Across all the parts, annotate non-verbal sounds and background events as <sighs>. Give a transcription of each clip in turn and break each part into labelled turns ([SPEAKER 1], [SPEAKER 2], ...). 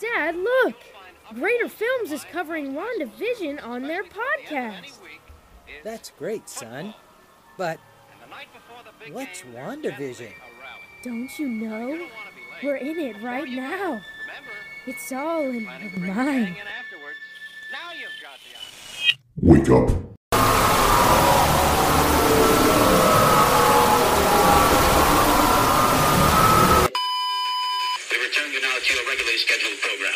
[SPEAKER 1] But look, Greater Films is covering WandaVision on their podcast.
[SPEAKER 2] That's great, son. But What's WandaVision?
[SPEAKER 1] Don't you know? Oh, We're in it right now. It's all in your mind.
[SPEAKER 3] Wake up.
[SPEAKER 4] We return you now to your regularly scheduled program.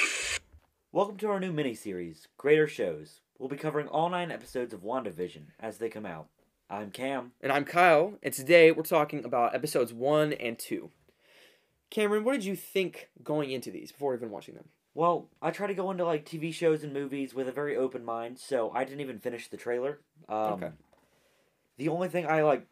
[SPEAKER 5] Welcome to our new miniseries, Greater Shows. We'll be covering all nine episodes of WandaVision as they come out. I'm Cam.
[SPEAKER 6] And I'm Kyle, and today we're talking about episodes one and two. Cameron, what did you think going into these before even watching them?
[SPEAKER 5] Well, I try to go into like TV shows and movies with a very open mind, so I didn't even finish the trailer. Um,
[SPEAKER 6] Okay.
[SPEAKER 5] The only thing I like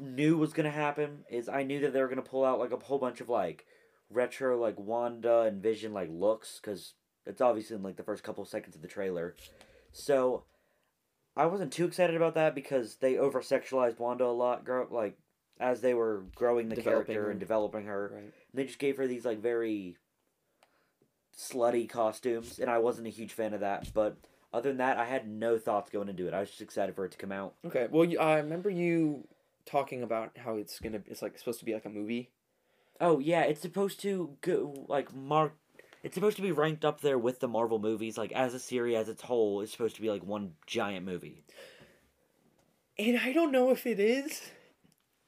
[SPEAKER 5] knew was gonna happen is I knew that they were gonna pull out like a whole bunch of like retro like Wanda and Vision like looks because it's obviously in like the first couple seconds of the trailer. So I wasn't too excited about that because they over sexualized Wanda a lot, grow like as they were growing the
[SPEAKER 6] Developing
[SPEAKER 5] character
[SPEAKER 6] her.
[SPEAKER 5] and developing her.
[SPEAKER 6] Right.
[SPEAKER 5] And they just gave her these like very slutty costumes, and I wasn't a huge fan of that. But other than that, I had no thoughts going into it. I was just excited for it to come out.
[SPEAKER 6] Okay. Well, you, I remember you talking about how it's gonna. It's like supposed to be like a movie.
[SPEAKER 5] Oh yeah, it's supposed to go like mark. It's supposed to be ranked up there with the Marvel movies, like as a series as its whole. It's supposed to be like one giant movie.
[SPEAKER 6] And I don't know if it is.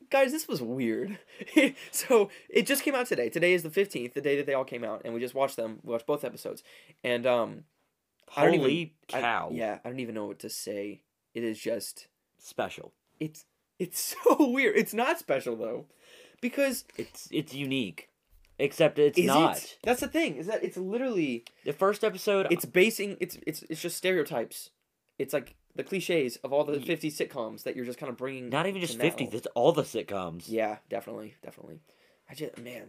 [SPEAKER 6] Guys, this was weird. <laughs> so it just came out today. Today is the fifteenth, the day that they all came out, and we just watched them. We watched both episodes, and um, I don't even-
[SPEAKER 5] Holy
[SPEAKER 6] I-
[SPEAKER 5] cow!
[SPEAKER 6] yeah, I don't even know what to say. It is just
[SPEAKER 5] special.
[SPEAKER 6] it's it's <laughs> so weird. It's not special though, because
[SPEAKER 5] It's it's unique, except it's
[SPEAKER 6] is
[SPEAKER 5] not.
[SPEAKER 6] it? That's the thing is that it's literally
[SPEAKER 5] The first episode,
[SPEAKER 6] it's basing it's it's it's just stereotypes. It's like the cliches of all the fifty sitcoms that you're just kind of bringing.
[SPEAKER 5] not even just
[SPEAKER 6] to now.
[SPEAKER 5] fifty. It's all the sitcoms.
[SPEAKER 6] Yeah, definitely, definitely. I just man,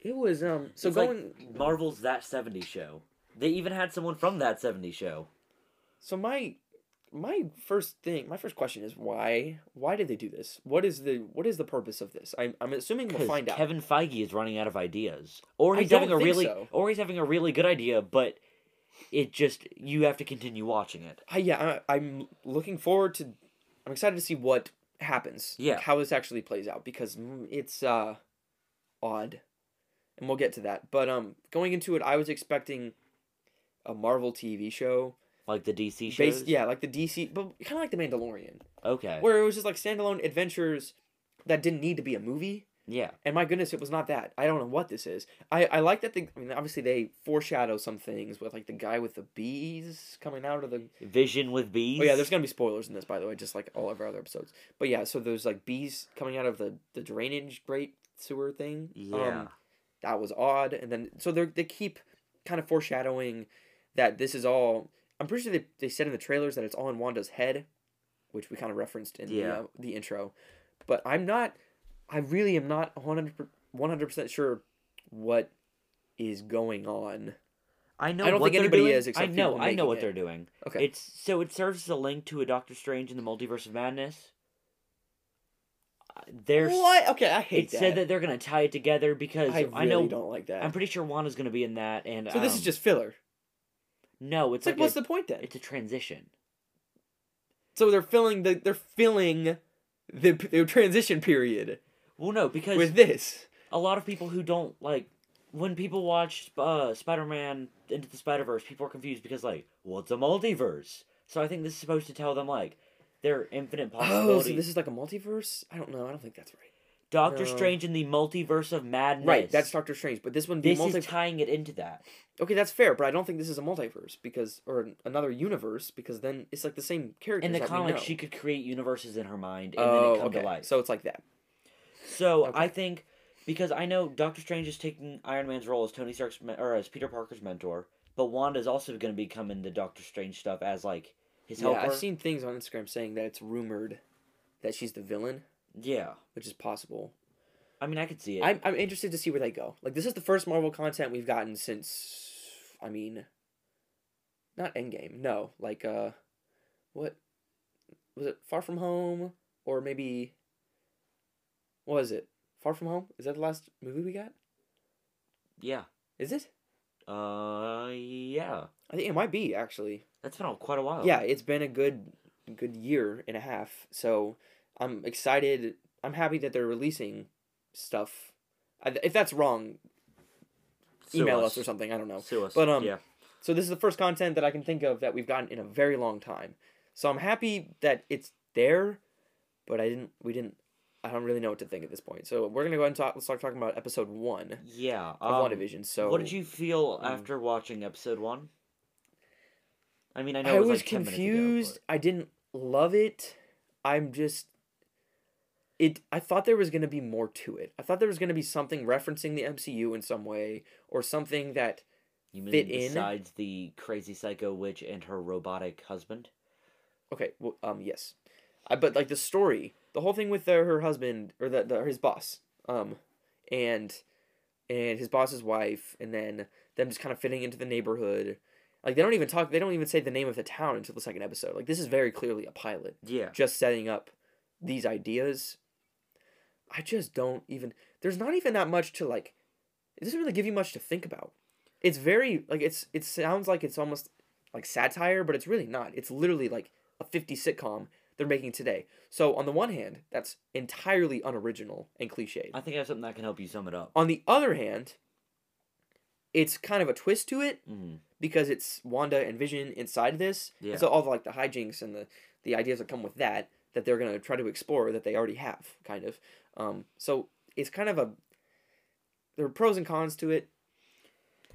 [SPEAKER 6] it was um. So
[SPEAKER 5] It's like
[SPEAKER 6] going
[SPEAKER 5] Marvel's that 70s show. They even had someone from that 70s show.
[SPEAKER 6] so my my first thing my first question is why why did they do this what is the what is the purpose of this i'm, I'm assuming we'll
[SPEAKER 5] 'Cause
[SPEAKER 6] find out
[SPEAKER 5] Kevin Feige is running out of ideas, or
[SPEAKER 6] I
[SPEAKER 5] he's having
[SPEAKER 6] don't
[SPEAKER 5] a
[SPEAKER 6] think
[SPEAKER 5] really,
[SPEAKER 6] so.
[SPEAKER 5] or he's having a really good idea, but it just you have to continue watching it.
[SPEAKER 6] I, yeah, I, I'm looking forward to. I'm excited to see what happens. like,
[SPEAKER 5] Yeah.
[SPEAKER 6] how this actually plays out because mm, it's uh, odd, and we'll get to that. But um, going into it, I was expecting a Marvel TV show,
[SPEAKER 5] Like the DC shows.
[SPEAKER 6] based yeah, like the DC, but kind of like the Mandalorian,
[SPEAKER 5] Okay.
[SPEAKER 6] where it was just like standalone adventures that didn't need to be a movie.
[SPEAKER 5] Yeah.
[SPEAKER 6] And my goodness, it was not that. I don't know what this is. I, I like that they. I mean, obviously they foreshadow some things with like the guy with the bees coming out of the
[SPEAKER 5] Vision with bees.
[SPEAKER 6] Oh yeah, there's gonna be spoilers in this, by the way, just like all of our other episodes. But yeah, so there's like bees coming out of the the drainage grate sewer thing. um,
[SPEAKER 5] Yeah.
[SPEAKER 6] that was odd, and then so they they keep kind of foreshadowing that this is all. I'm pretty sure they they said in the trailers that it's all in Wanda's head, which we kind of referenced in the,
[SPEAKER 5] Yeah.
[SPEAKER 6] uh, the intro. But I'm not. I really am not 100 percent sure what is going on.
[SPEAKER 5] I know.
[SPEAKER 6] I don't
[SPEAKER 5] what
[SPEAKER 6] think
[SPEAKER 5] they're
[SPEAKER 6] anybody
[SPEAKER 5] doing.
[SPEAKER 6] is except
[SPEAKER 5] I know.
[SPEAKER 6] people
[SPEAKER 5] I know
[SPEAKER 6] making
[SPEAKER 5] what
[SPEAKER 6] it.
[SPEAKER 5] they're doing.
[SPEAKER 6] Okay.
[SPEAKER 5] It's so it serves as a link to a Doctor Strange in the Multiverse of Madness. Uh, There's
[SPEAKER 6] what? Okay, I hate
[SPEAKER 5] It said that they're gonna tie it together because
[SPEAKER 6] I
[SPEAKER 5] I,
[SPEAKER 6] really
[SPEAKER 5] know
[SPEAKER 6] don't like that.
[SPEAKER 5] I'm pretty sure Wanda's gonna be in that, and
[SPEAKER 6] so this is
[SPEAKER 5] um,
[SPEAKER 6] just filler.
[SPEAKER 5] no. It's
[SPEAKER 6] It's like, what's
[SPEAKER 5] a,
[SPEAKER 6] the point then?
[SPEAKER 5] It's a transition.
[SPEAKER 6] So they're filling the they're filling the, the transition period
[SPEAKER 5] Well, no, because
[SPEAKER 6] with this.
[SPEAKER 5] a lot of people who don't like when people watch uh, Spider-Man Into the Spider-Verse, people are confused because like, what's a multiverse? So I think this is supposed to tell them like there are infinite
[SPEAKER 6] Oh,
[SPEAKER 5] possibilities.
[SPEAKER 6] so this is like a multiverse? I don't know. I don't think that's right.
[SPEAKER 5] Doctor
[SPEAKER 6] no.
[SPEAKER 5] Strange in the Multiverse of Madness.
[SPEAKER 6] Right, that's Doctor Strange, but this one be
[SPEAKER 5] This
[SPEAKER 6] multi.
[SPEAKER 5] is tying it into that.
[SPEAKER 6] okay, that's fair, but I don't think this is a multiverse because or an- another universe because then it's like the same character.
[SPEAKER 5] In the
[SPEAKER 6] comic,
[SPEAKER 5] comic, she could create universes in her mind and
[SPEAKER 6] oh,
[SPEAKER 5] then it come
[SPEAKER 6] okay.
[SPEAKER 5] to life.
[SPEAKER 6] So it's like that.
[SPEAKER 5] So
[SPEAKER 6] Okay.
[SPEAKER 5] I think because I know Doctor Strange is taking Iron Man's role as Tony Stark's men- or as Peter Parker's mentor, but Wanda's also going to be coming to Doctor Strange stuff as like his
[SPEAKER 6] Yeah,
[SPEAKER 5] helper.
[SPEAKER 6] I've seen things on Instagram saying that it's rumored that she's the villain,
[SPEAKER 5] Yeah.
[SPEAKER 6] which is possible.
[SPEAKER 5] I mean, I could see it.
[SPEAKER 6] I'm I'm interested to see where they go. Like this is the first Marvel content we've gotten since I mean not Endgame. No, like uh what was it Far From Home or maybe what was it? Far From Home? Is that the last movie we got?
[SPEAKER 5] yeah,
[SPEAKER 6] Is it?
[SPEAKER 5] Uh, yeah.
[SPEAKER 6] I think it might be actually.
[SPEAKER 5] That's been out quite a while.
[SPEAKER 6] Yeah, it's been a good good year and a half. So I'm excited. I'm happy that they're releasing stuff. I, if that's wrong,
[SPEAKER 5] Sue
[SPEAKER 6] email us. or something. I don't know.
[SPEAKER 5] Sue us.
[SPEAKER 6] But um,
[SPEAKER 5] yeah.
[SPEAKER 6] so this is the first content that I can think of that we've gotten in a very long time. So I'm happy that it's there, but I didn't. We didn't. I don't really know what to think at this point. So we're gonna go ahead and talk. Let's start talking about episode one
[SPEAKER 5] Yeah.
[SPEAKER 6] of
[SPEAKER 5] um,
[SPEAKER 6] WandaVision. So
[SPEAKER 5] what did you feel
[SPEAKER 6] um,
[SPEAKER 5] after watching episode one? I mean, I know
[SPEAKER 6] I,
[SPEAKER 5] it
[SPEAKER 6] was
[SPEAKER 5] was, like 10 minutes ago,
[SPEAKER 6] confused. I didn't love it. I'm just it I thought there was going to be more to it. I thought there was going to be something referencing the MCU in some way or something that
[SPEAKER 5] but you mean
[SPEAKER 6] fit in.
[SPEAKER 5] besides the crazy psycho witch and her robotic husband?
[SPEAKER 6] okay, well, um yes. I but like the story, the whole thing with their, her husband or the, the his boss um and and his boss's wife and then them just kind of fitting into the neighborhood. Like they don't even talk they don't even say the name of the town until the second episode. Like this is very clearly a pilot.
[SPEAKER 5] Yeah.
[SPEAKER 6] just setting up these ideas i just don't even there's not even that much to like it doesn't really give you much to think about it's very like it's it sounds like it's almost like satire but it's really not it's literally like a 50 sitcom they're making today so on the one hand that's entirely unoriginal and cliched
[SPEAKER 5] I think I have something that can help you sum it up.
[SPEAKER 6] on the other hand it's kind of a twist to it
[SPEAKER 5] Mm.
[SPEAKER 6] because it's Wanda and Vision inside this.
[SPEAKER 5] Yeah.
[SPEAKER 6] And so all the, like the hijinks and the the ideas that come with that that they're gonna try to explore that they already have, kind of. Um, so it's kind of a there are pros and cons to it.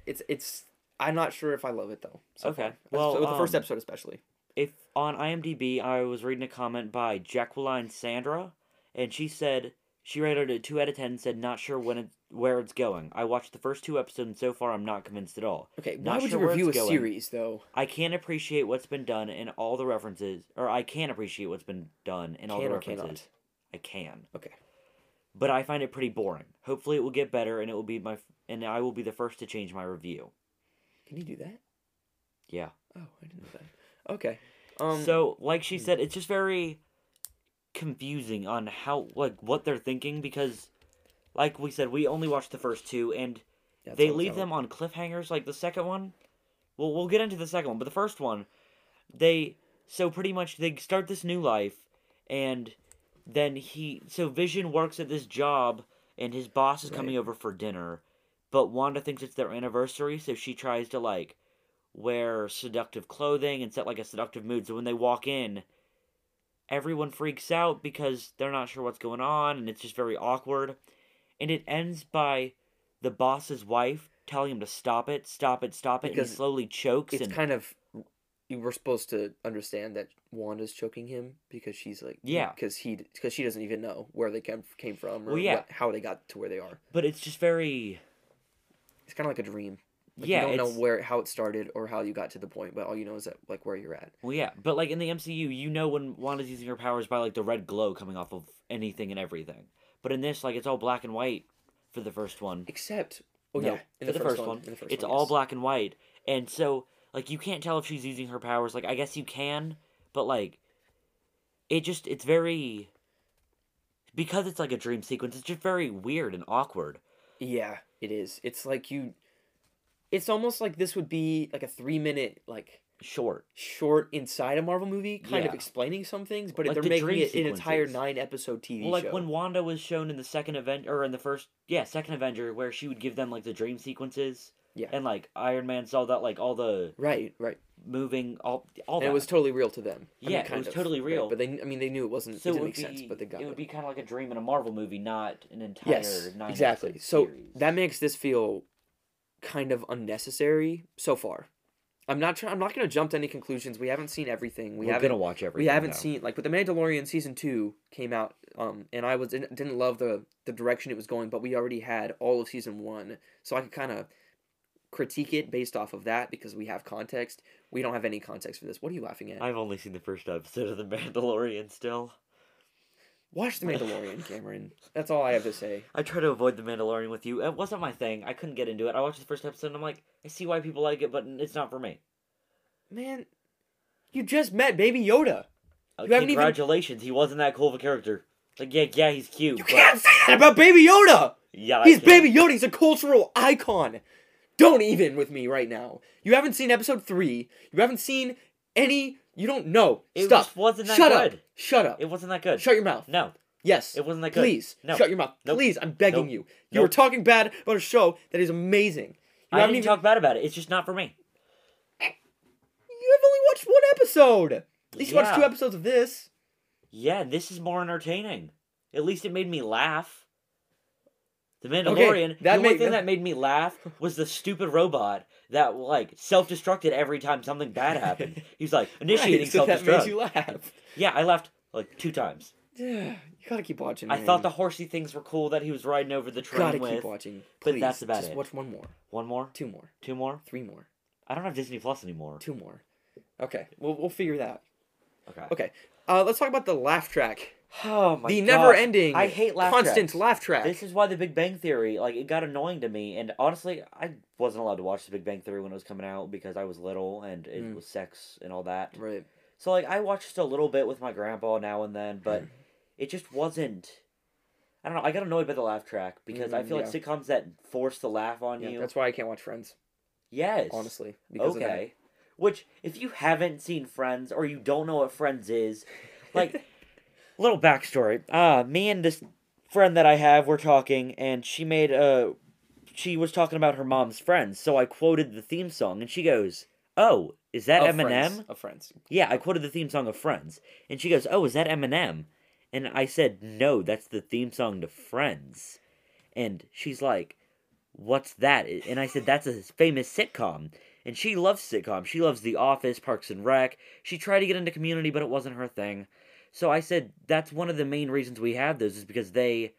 [SPEAKER 6] It's it's I'm not sure if I love it though. So
[SPEAKER 5] Okay.
[SPEAKER 6] far.
[SPEAKER 5] Well,
[SPEAKER 6] So with the first
[SPEAKER 5] um,
[SPEAKER 6] episode especially.
[SPEAKER 5] If on IMDb, I was reading a comment by Jacqueline Sandra, and she said she rated it two out of ten. and Said not sure when it, where it's going. I watched the first two episodes, and so far, I'm not convinced at all.
[SPEAKER 6] Okay,
[SPEAKER 5] not
[SPEAKER 6] why would
[SPEAKER 5] sure
[SPEAKER 6] you
[SPEAKER 5] where
[SPEAKER 6] review a
[SPEAKER 5] it's going.
[SPEAKER 6] series though?
[SPEAKER 5] I can appreciate what's been done and all the references, or I can appreciate what's been done and all
[SPEAKER 6] Can
[SPEAKER 5] the
[SPEAKER 6] or cannot?
[SPEAKER 5] references. I can,
[SPEAKER 6] Okay.
[SPEAKER 5] but I find it pretty boring. Hopefully, it will get better, and it will be my, f- and I will be the first to change my review.
[SPEAKER 6] Can you do that?
[SPEAKER 5] Yeah.
[SPEAKER 6] Oh, I didn't know that. Okay. Um
[SPEAKER 5] so, like she said, it's just very confusing on how, like, what they're thinking because, like we said, we only watched the first two, and
[SPEAKER 6] yeah, that's
[SPEAKER 5] they
[SPEAKER 6] all I'm
[SPEAKER 5] leave
[SPEAKER 6] telling-
[SPEAKER 5] them on cliffhangers like the second one well we'll get into the second one but the first one they so pretty much they start this new life and then he so vision works at this job and his boss is coming over for dinner but wanda thinks it's their anniversary so she tries to like wear seductive clothing and set like a seductive mood so when they walk in everyone freaks out because they're not sure what's going on and it's just very awkward and it ends by the boss's wife telling him to stop it, stop it, stop it, and
[SPEAKER 6] Because
[SPEAKER 5] he slowly chokes
[SPEAKER 6] it's
[SPEAKER 5] and
[SPEAKER 6] kind of you were supposed to understand that Wanda's choking him because she's like
[SPEAKER 5] Yeah.
[SPEAKER 6] because he because she doesn't even know where they came came from or
[SPEAKER 5] Well, yeah.
[SPEAKER 6] what, how they got to where they are.
[SPEAKER 5] but it's just very
[SPEAKER 6] It's kind of like a dream. Like,
[SPEAKER 5] yeah,
[SPEAKER 6] you don't
[SPEAKER 5] it's,
[SPEAKER 6] know where how it started or how you got to the point, but all you know is that like where you're at.
[SPEAKER 5] well, yeah, but like in the MCU, you know when Wanda's using her powers by like the red glow coming off of anything and everything, but in this, like it's all black and white for the first one.
[SPEAKER 6] Except oh
[SPEAKER 5] No,
[SPEAKER 6] yeah,
[SPEAKER 5] for the, first, one,
[SPEAKER 6] in the first
[SPEAKER 5] it's
[SPEAKER 6] one,
[SPEAKER 5] all
[SPEAKER 6] yes.
[SPEAKER 5] black and white, and so like you can't tell if she's using her powers. Like I guess you can, but like it just it's very because it's like a dream sequence. It's just very weird and awkward.
[SPEAKER 6] Yeah, it is. It's like you. It's almost like this would be like a three minute like
[SPEAKER 5] Short.
[SPEAKER 6] short inside a Marvel movie, kind
[SPEAKER 5] Yeah.
[SPEAKER 6] of explaining some things, but
[SPEAKER 5] Like
[SPEAKER 6] they're
[SPEAKER 5] the
[SPEAKER 6] making
[SPEAKER 5] dream
[SPEAKER 6] it an entire
[SPEAKER 5] sequences.
[SPEAKER 6] nine episode TV
[SPEAKER 5] Well, like
[SPEAKER 6] show.
[SPEAKER 5] when Wanda was shown in the second event or in the first, yeah, second Avenger, where she would give them like the dream sequences.
[SPEAKER 6] Yeah.
[SPEAKER 5] And like Iron Man saw that, like all the
[SPEAKER 6] Right, right.
[SPEAKER 5] moving, all all
[SPEAKER 6] And
[SPEAKER 5] that.
[SPEAKER 6] it was totally real to them. I mean,
[SPEAKER 5] Yeah, it
[SPEAKER 6] kind
[SPEAKER 5] was
[SPEAKER 6] of,
[SPEAKER 5] totally
[SPEAKER 6] right?
[SPEAKER 5] real.
[SPEAKER 6] But they, I mean, they knew it wasn't.
[SPEAKER 5] so
[SPEAKER 6] it
[SPEAKER 5] it
[SPEAKER 6] didn't
[SPEAKER 5] would
[SPEAKER 6] make
[SPEAKER 5] be,
[SPEAKER 6] sense, but they got
[SPEAKER 5] it would
[SPEAKER 6] it.
[SPEAKER 5] be kind of like a dream in a Marvel movie, not an entire
[SPEAKER 6] Yes,
[SPEAKER 5] nine
[SPEAKER 6] exactly.
[SPEAKER 5] episode
[SPEAKER 6] So
[SPEAKER 5] series.
[SPEAKER 6] that makes this feel kind of unnecessary so far. I'm not. Try- I'm not going to jump to any conclusions. We haven't seen everything. We
[SPEAKER 5] We're
[SPEAKER 6] haven't.
[SPEAKER 5] gonna watch everything.
[SPEAKER 6] we haven't
[SPEAKER 5] now.
[SPEAKER 6] seen like with the Mandalorian season two came out, um, and I was didn't, didn't love the the direction it was going, but we already had all of season one, so I could kind of critique it based off of that because we have context. We don't have any context for this. What are you laughing at?
[SPEAKER 5] I've only seen the first episode of The Mandalorian. Still,
[SPEAKER 6] Watch The Mandalorian, Cameron. That's all I have to say.
[SPEAKER 5] I try to avoid The Mandalorian with you. It wasn't my thing. I couldn't get into it. I watched the first episode. and I'm like, I see why people like it, but it's not for me.
[SPEAKER 6] Man, you just met Baby Yoda.
[SPEAKER 5] Uh,
[SPEAKER 6] You haven't even-
[SPEAKER 5] congratulations, he wasn't that cool of a character. Like, yeah, yeah, he's cute.
[SPEAKER 6] You
[SPEAKER 5] but-
[SPEAKER 6] can't say that about Baby Yoda.
[SPEAKER 5] Yeah, I
[SPEAKER 6] He's
[SPEAKER 5] can.
[SPEAKER 6] Baby Yoda. He's a cultural icon. don't even with me right now. You haven't seen episode three. You haven't seen any. You don't know
[SPEAKER 5] It
[SPEAKER 6] stuff.
[SPEAKER 5] just wasn't that
[SPEAKER 6] Shut
[SPEAKER 5] good.
[SPEAKER 6] Up. Shut up.
[SPEAKER 5] It wasn't that good.
[SPEAKER 6] Shut your mouth.
[SPEAKER 5] No.
[SPEAKER 6] Yes.
[SPEAKER 5] It wasn't that good.
[SPEAKER 6] Please
[SPEAKER 5] No.
[SPEAKER 6] shut your mouth.
[SPEAKER 5] Nope.
[SPEAKER 6] Please, I'm begging
[SPEAKER 5] Nope.
[SPEAKER 6] you. You
[SPEAKER 5] Nope.
[SPEAKER 6] were talking bad about a show that is amazing. You
[SPEAKER 5] I
[SPEAKER 6] haven't
[SPEAKER 5] didn't
[SPEAKER 6] even.
[SPEAKER 5] talk bad about it. It's just not for me.
[SPEAKER 6] you have only watched one episode. At least you watched
[SPEAKER 5] Yeah.
[SPEAKER 6] two episodes of this.
[SPEAKER 5] Yeah, this is more entertaining. At least it made me laugh. The
[SPEAKER 6] Okay,
[SPEAKER 5] Mandalorian.
[SPEAKER 6] that
[SPEAKER 5] the
[SPEAKER 6] made-
[SPEAKER 5] one thing that made me laugh was the stupid robot that like self-destructed every time something bad
[SPEAKER 6] <laughs>
[SPEAKER 5] happened. He was like initiating
[SPEAKER 6] Right, so that
[SPEAKER 5] self-destruct.
[SPEAKER 6] makes you laugh. <sighs>
[SPEAKER 5] Yeah, I laughed like two times.
[SPEAKER 6] you gotta keep watching.
[SPEAKER 5] I
[SPEAKER 6] man.
[SPEAKER 5] thought the horsey things were cool that he was riding over the train
[SPEAKER 6] gotta
[SPEAKER 5] with.
[SPEAKER 6] keep watching.
[SPEAKER 5] but
[SPEAKER 6] Please,
[SPEAKER 5] that's about
[SPEAKER 6] just
[SPEAKER 5] it.
[SPEAKER 6] Watch one more,
[SPEAKER 5] One more,
[SPEAKER 6] two more,
[SPEAKER 5] two more.
[SPEAKER 6] three more,
[SPEAKER 5] I don't have Disney Plus anymore.
[SPEAKER 6] two more. Okay, we'll we'll figure that out.
[SPEAKER 5] Okay.
[SPEAKER 6] Okay, uh, let's talk about the laugh track.
[SPEAKER 5] Oh my
[SPEAKER 6] the
[SPEAKER 5] gosh.
[SPEAKER 6] never-ending,
[SPEAKER 5] I hate laugh
[SPEAKER 6] constant
[SPEAKER 5] tracks.
[SPEAKER 6] laugh track.
[SPEAKER 5] This is why the Big Bang Theory, like, it got annoying to me. And honestly, I wasn't allowed to watch the Big Bang Theory when it was coming out because I was little and it
[SPEAKER 6] Mm.
[SPEAKER 5] was sex and all that.
[SPEAKER 6] right.
[SPEAKER 5] So, like, I watched a little bit with my grandpa now and then,
[SPEAKER 6] <laughs>
[SPEAKER 5] but it just wasn't. I don't know. I got annoyed by the laugh track because I
[SPEAKER 6] Mm,
[SPEAKER 5] feel like
[SPEAKER 6] yeah.
[SPEAKER 5] sitcoms that force the laugh on
[SPEAKER 6] Yeah,
[SPEAKER 5] you.
[SPEAKER 6] that's why I can't watch Friends.
[SPEAKER 5] yes.
[SPEAKER 6] Honestly, because of that.
[SPEAKER 5] Okay. Which, if you haven't seen Friends or you don't know what Friends is, like, <laughs> little backstory. Uh, me and this friend that I have were talking, and she made a. She was talking about her mom's friends, so I quoted the theme song, and she goes, "Oh, is that
[SPEAKER 6] Of
[SPEAKER 5] Eminem?"
[SPEAKER 6] Friends. Of Friends.
[SPEAKER 5] Yeah, I quoted the theme song of Friends, and she goes, "Oh, is that Eminem?" And I said, "No, that's the theme song to Friends." And she's like, "What's that?" And I said, "That's a famous sitcom." And she loves sitcoms. She loves The Office, Parks and Rec. She tried to get into Community, but it wasn't her thing. So I said, "That's one of the main reasons we have those is because they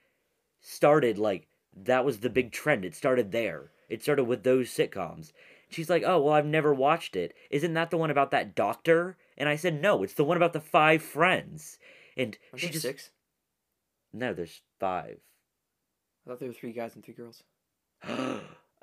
[SPEAKER 5] started like that was the big trend. It started there. It started with those sitcoms." She's like, "Oh, well, I've never watched it. Isn't that the one about that doctor?" And I said, "No, it's the one about the five friends." And
[SPEAKER 6] Aren't
[SPEAKER 5] she
[SPEAKER 6] there
[SPEAKER 5] just
[SPEAKER 6] six?
[SPEAKER 5] no, there's five.
[SPEAKER 6] I thought there were three guys and three girls.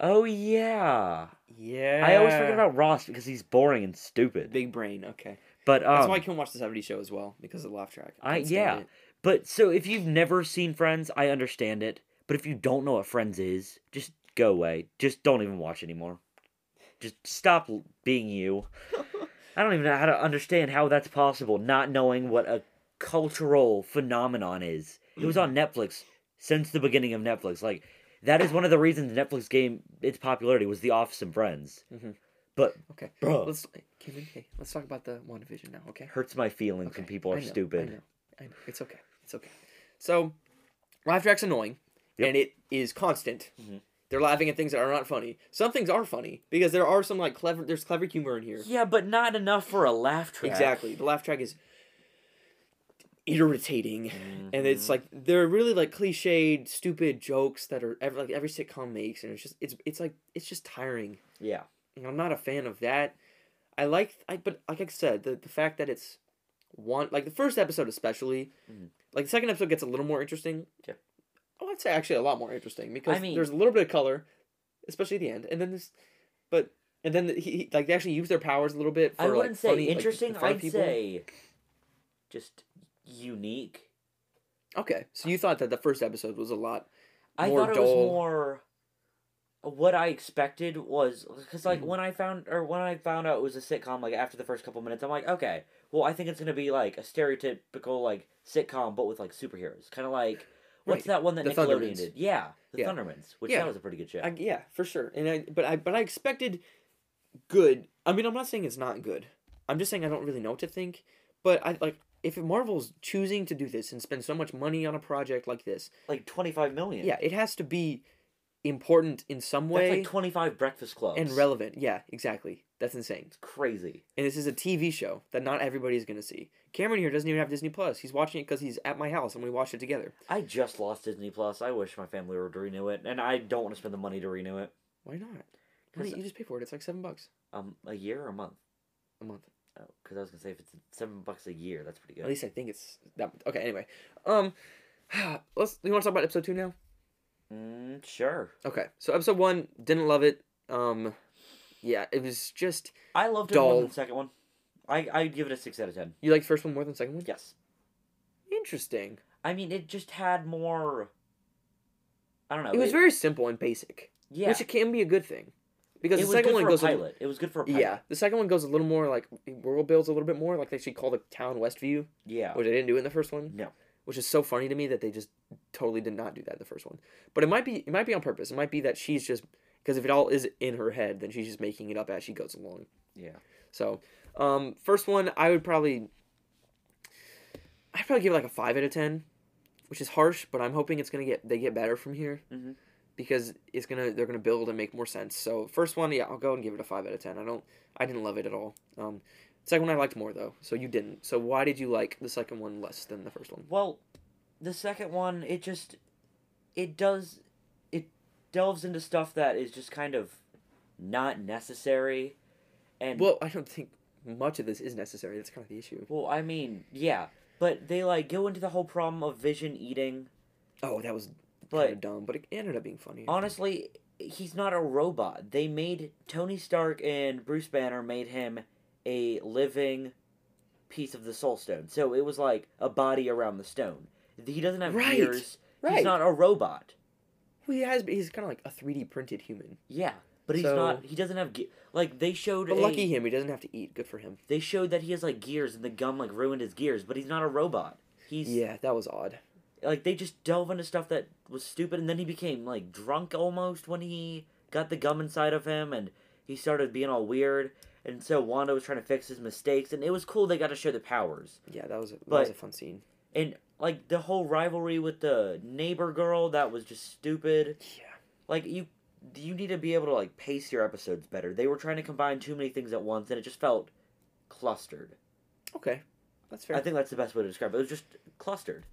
[SPEAKER 5] oh yeah.
[SPEAKER 6] Yeah.
[SPEAKER 5] I always forget about Ross because he's boring and stupid.
[SPEAKER 6] Big Brain. Okay,
[SPEAKER 5] but um,
[SPEAKER 6] that's why I can watch the '70s show as well because of the laugh track.
[SPEAKER 5] I
[SPEAKER 6] can't stand
[SPEAKER 5] yeah.
[SPEAKER 6] it.
[SPEAKER 5] But so if you've never seen Friends, I understand it. But if you don't know what Friends is, just go away. Just don't even watch anymore. Just stop l- being
[SPEAKER 6] <laughs>
[SPEAKER 5] you. I don't even know how to understand how that's possible, not knowing what a cultural phenomenon is. It was
[SPEAKER 6] <clears throat>
[SPEAKER 5] on Netflix since the beginning of Netflix. Like that is one of the reasons Netflix gained its popularity was The Office and Friends.
[SPEAKER 6] Mhm.
[SPEAKER 5] But
[SPEAKER 6] Okay,
[SPEAKER 5] Bro.
[SPEAKER 6] Let's, Kevin, hey, let's talk about the WandaVision now. Okay.
[SPEAKER 5] hurts my feelings when
[SPEAKER 6] Okay,
[SPEAKER 5] people are
[SPEAKER 6] I know,
[SPEAKER 5] stupid.
[SPEAKER 6] I know, I know. It's okay. It's okay. So, laugh track's annoying,
[SPEAKER 5] Yep.
[SPEAKER 6] and it is constant.
[SPEAKER 5] Mhm.
[SPEAKER 6] They're laughing at things that are not funny. Some things are funny because there are some like clever. There's clever humor in here.
[SPEAKER 5] Yeah, but not enough for a laugh track.
[SPEAKER 6] Exactly. The laugh track is irritating, and
[SPEAKER 5] Mm-hmm.
[SPEAKER 6] it's like they're really like cliched, stupid jokes that are ever like every sitcom makes, and it's just it's it's like it's just tiring.
[SPEAKER 5] Yeah.
[SPEAKER 6] And I'm not a fan of that. I like, I but like I said, the the fact that it's one like the first episode especially,
[SPEAKER 5] Mhm.
[SPEAKER 6] like the second episode gets a little more interesting.
[SPEAKER 5] Yeah.
[SPEAKER 6] Oh, I'd say actually a lot more interesting because
[SPEAKER 5] mean-
[SPEAKER 6] there's a little bit of color, especially at the end, and then this, but and then the, he, he like they actually use their powers a little bit. For,
[SPEAKER 5] I
[SPEAKER 6] like,
[SPEAKER 5] wouldn't say
[SPEAKER 6] funny, like, in
[SPEAKER 5] interesting.
[SPEAKER 6] front of
[SPEAKER 5] I'd
[SPEAKER 6] people.
[SPEAKER 5] say just unique.
[SPEAKER 6] okay. So you thought that the first episode was a lot.
[SPEAKER 5] I
[SPEAKER 6] More
[SPEAKER 5] thought it
[SPEAKER 6] dull.
[SPEAKER 5] was more. What I expected was because like
[SPEAKER 6] Mhm.
[SPEAKER 5] when I found or when I found out it was a sitcom, like after the first couple minutes, I'm like, okay, well, I think it's gonna be like a stereotypical like sitcom, but with like superheroes, kind of like what's
[SPEAKER 6] Right.
[SPEAKER 5] that one that
[SPEAKER 6] The
[SPEAKER 5] Nickelodeon
[SPEAKER 6] Thundermans.
[SPEAKER 5] did? Yeah, the
[SPEAKER 6] Yeah.
[SPEAKER 5] Thundermans, which
[SPEAKER 6] Yeah.
[SPEAKER 5] that was a pretty good show.
[SPEAKER 6] I, yeah, for sure. And I but I but I expected good. I mean, I'm not saying it's not good. I'm just saying I don't really know what to think. But I like if Marvel's choosing to do this and spend so much money on a project like this.
[SPEAKER 5] like twenty five million.
[SPEAKER 6] Yeah, it has to be important in some
[SPEAKER 5] that's
[SPEAKER 6] way
[SPEAKER 5] like twenty five Breakfast Clubs.
[SPEAKER 6] and relevant. Yeah, exactly. That's insane.
[SPEAKER 5] It's crazy.
[SPEAKER 6] And this is a TV show that not everybody's going to see. Cameron here doesn't even have Disney Plus. He's watching it cuz he's at my house and we watched it together.
[SPEAKER 5] I just lost Disney Plus. I wish my family would renew it, and I don't want to spend the money to renew it.
[SPEAKER 6] Why not? Why
[SPEAKER 5] 'Cause-
[SPEAKER 6] don't you just pay for it? It's like 7 bucks
[SPEAKER 5] Um, a year or a month?
[SPEAKER 6] a month.
[SPEAKER 5] Oh, because I was gonna say if it's seven bucks a year, that's pretty
[SPEAKER 6] At
[SPEAKER 5] good.
[SPEAKER 6] least I think it's that. Okay, anyway, um, <sighs> let's. You want to talk about episode two now?
[SPEAKER 5] Mm, sure.
[SPEAKER 6] Okay, so episode one didn't love it. Um, yeah, it was just
[SPEAKER 5] I loved it more than
[SPEAKER 6] Dull.
[SPEAKER 5] the second one. I I give it a six out of ten.
[SPEAKER 6] you liked the first one more than the second one.
[SPEAKER 5] Yes.
[SPEAKER 6] Interesting.
[SPEAKER 5] I mean, it just had more. I don't know.
[SPEAKER 6] It was very simple and basic,
[SPEAKER 5] yeah.
[SPEAKER 6] which it can be a good thing. because
[SPEAKER 5] It
[SPEAKER 6] the
[SPEAKER 5] was
[SPEAKER 6] second
[SPEAKER 5] good
[SPEAKER 6] one
[SPEAKER 5] for a
[SPEAKER 6] goes a
[SPEAKER 5] pilot. It was good for a pilot.
[SPEAKER 6] yeah, the second one goes a little more like world builds a little bit more. Like they should call the town Westview,
[SPEAKER 5] Yeah.
[SPEAKER 6] which they didn't do in the first one.
[SPEAKER 5] No.
[SPEAKER 6] Which is so funny to me that they just totally did not do that in the first one. But it might be it might be on purpose. It might be that she's just because if it all is in her head, then she's just making it up as she goes along.
[SPEAKER 5] Yeah.
[SPEAKER 6] So, um, first one I would probably I'd probably give it like a five out of ten, which is harsh, but I'm hoping it's gonna get they get better from here
[SPEAKER 5] Mhm.
[SPEAKER 6] because it's gonna they're gonna build and make more sense. So first one, yeah, I'll go and give it a five out of ten. I don't I didn't love it at all. Um, second one I liked more though, so you didn't. So why did you like the second one less than the first one?
[SPEAKER 5] Well, the second one, it just it does it delves into stuff that is just kind of not necessary. And
[SPEAKER 6] Well, I don't think much of this is necessary. That's kind of the issue.
[SPEAKER 5] well, I mean, yeah, but they like go into the whole problem of Vision eating.
[SPEAKER 6] Oh, that was kind
[SPEAKER 5] But
[SPEAKER 6] of dumb, but it ended up being funny.
[SPEAKER 5] honestly, he's not a robot. They made Tony Stark and Bruce Banner made him a living piece of the Soul Stone. So it was like a body around the stone. He doesn't have
[SPEAKER 6] Right,
[SPEAKER 5] ears.
[SPEAKER 6] right.
[SPEAKER 5] He's not a robot.
[SPEAKER 6] Well, he has he's kind of like a 3D printed human.
[SPEAKER 5] Yeah, but he's
[SPEAKER 6] So-
[SPEAKER 5] not. He doesn't have ge- like they showed.
[SPEAKER 6] But
[SPEAKER 5] a-
[SPEAKER 6] lucky him, he doesn't have to eat. Good for him.
[SPEAKER 5] They showed that he has like gears, and the gum like ruined his gears. But he's not a robot. He's
[SPEAKER 6] Yeah, that was odd.
[SPEAKER 5] like they just delve into stuff that was stupid, and then he became like drunk almost when he got the gum inside of him, and he started being all weird. And so Wanda was trying to fix his mistakes, and it was cool. They got to show the powers,
[SPEAKER 6] Yeah, that was a, that was
[SPEAKER 5] But-
[SPEAKER 6] a fun scene.
[SPEAKER 5] and like the whole rivalry with the neighbor girl that was just stupid.
[SPEAKER 6] Yeah.
[SPEAKER 5] like you you need to be able to like pace your episodes better they were trying to combine too many things at once and it just felt clustered
[SPEAKER 6] Okay, that's fair.
[SPEAKER 5] i think that's the best way to describe it it was just clustered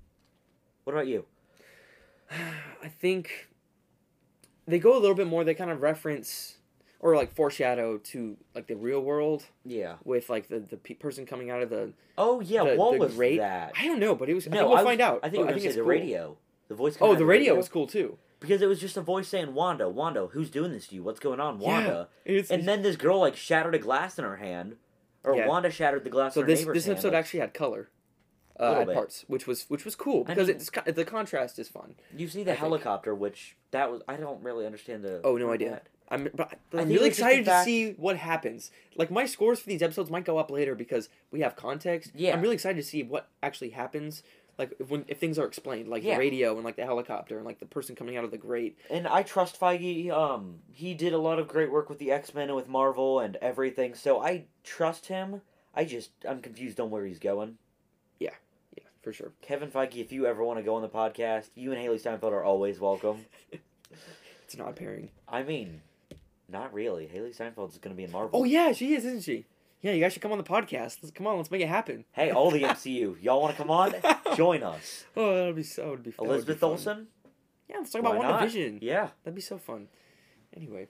[SPEAKER 5] what about you
[SPEAKER 6] I think they go a little bit more. They kind of reference or like foreshadow to like the real world
[SPEAKER 5] yeah
[SPEAKER 6] with like the the pe- person coming out of the.
[SPEAKER 5] oh yeah
[SPEAKER 6] the,
[SPEAKER 5] what
[SPEAKER 6] the
[SPEAKER 5] was
[SPEAKER 6] great-
[SPEAKER 5] that
[SPEAKER 6] I don't know, but it was. I think
[SPEAKER 5] I
[SPEAKER 6] we'll
[SPEAKER 5] was-
[SPEAKER 6] find out.
[SPEAKER 5] i think we
[SPEAKER 6] but
[SPEAKER 5] were gonna say
[SPEAKER 6] it's
[SPEAKER 5] the
[SPEAKER 6] cool.
[SPEAKER 5] radio the voice coming
[SPEAKER 6] Oh,
[SPEAKER 5] out
[SPEAKER 6] the
[SPEAKER 5] of
[SPEAKER 6] radio was cool too.
[SPEAKER 5] because it was just a voice saying wanda wanda who's doing this to you what's going on wanda
[SPEAKER 6] Yeah, it's,
[SPEAKER 5] and then this girl like shattered a glass in her hand or
[SPEAKER 6] Yeah.
[SPEAKER 5] wanda shattered the glass
[SPEAKER 6] so
[SPEAKER 5] in her
[SPEAKER 6] this
[SPEAKER 5] neighbor's
[SPEAKER 6] this
[SPEAKER 5] hand,
[SPEAKER 6] episode
[SPEAKER 5] like-
[SPEAKER 6] actually had color.
[SPEAKER 5] A
[SPEAKER 6] Uh,
[SPEAKER 5] little
[SPEAKER 6] at
[SPEAKER 5] bit.
[SPEAKER 6] parts, which was which was cool
[SPEAKER 5] I
[SPEAKER 6] because
[SPEAKER 5] mean-
[SPEAKER 6] it's co- the contrast is fun.
[SPEAKER 5] you see the
[SPEAKER 6] I think.
[SPEAKER 5] helicopter which that was i don't really understand the
[SPEAKER 6] Oh, no idea.
[SPEAKER 5] that.
[SPEAKER 6] I'm, but but
[SPEAKER 5] I
[SPEAKER 6] I'm
[SPEAKER 5] think
[SPEAKER 6] really
[SPEAKER 5] it was just the
[SPEAKER 6] excited to
[SPEAKER 5] fact-
[SPEAKER 6] see what happens. Like my scores for these episodes might go up later because we have context.
[SPEAKER 5] Yeah.
[SPEAKER 6] I'm really excited to see what actually happens. Like if, when if things are explained, like
[SPEAKER 5] Yeah.
[SPEAKER 6] the radio and like the helicopter and like the person coming out of the grate.
[SPEAKER 5] And I trust Feige. Um, he did a lot of great work with the X Men and with Marvel and everything. So I trust him. I just I'm confused on where he's going.
[SPEAKER 6] Yeah, for sure.
[SPEAKER 5] Kevin Feige, if you ever want to go on the podcast, you and Haley Steinfeld are always welcome.
[SPEAKER 6] It's an odd pairing.
[SPEAKER 5] I mean, not really. Haley Steinfeld's going to be in Marvel.
[SPEAKER 6] Oh yeah, she is, isn't she? Yeah, you guys should come on the podcast. Let's come on. Let's make it happen.
[SPEAKER 5] Hey, all the MCU, y'all want to come
[SPEAKER 6] <laughs>
[SPEAKER 5] on? Join us.
[SPEAKER 6] Oh, that'd be so. That would be that would be
[SPEAKER 5] Elizabeth
[SPEAKER 6] fun.
[SPEAKER 5] Olsen.
[SPEAKER 6] Yeah, let's talk about
[SPEAKER 5] Why not?
[SPEAKER 6] WandaVision.
[SPEAKER 5] Yeah.
[SPEAKER 6] That'd be so fun. Anyway,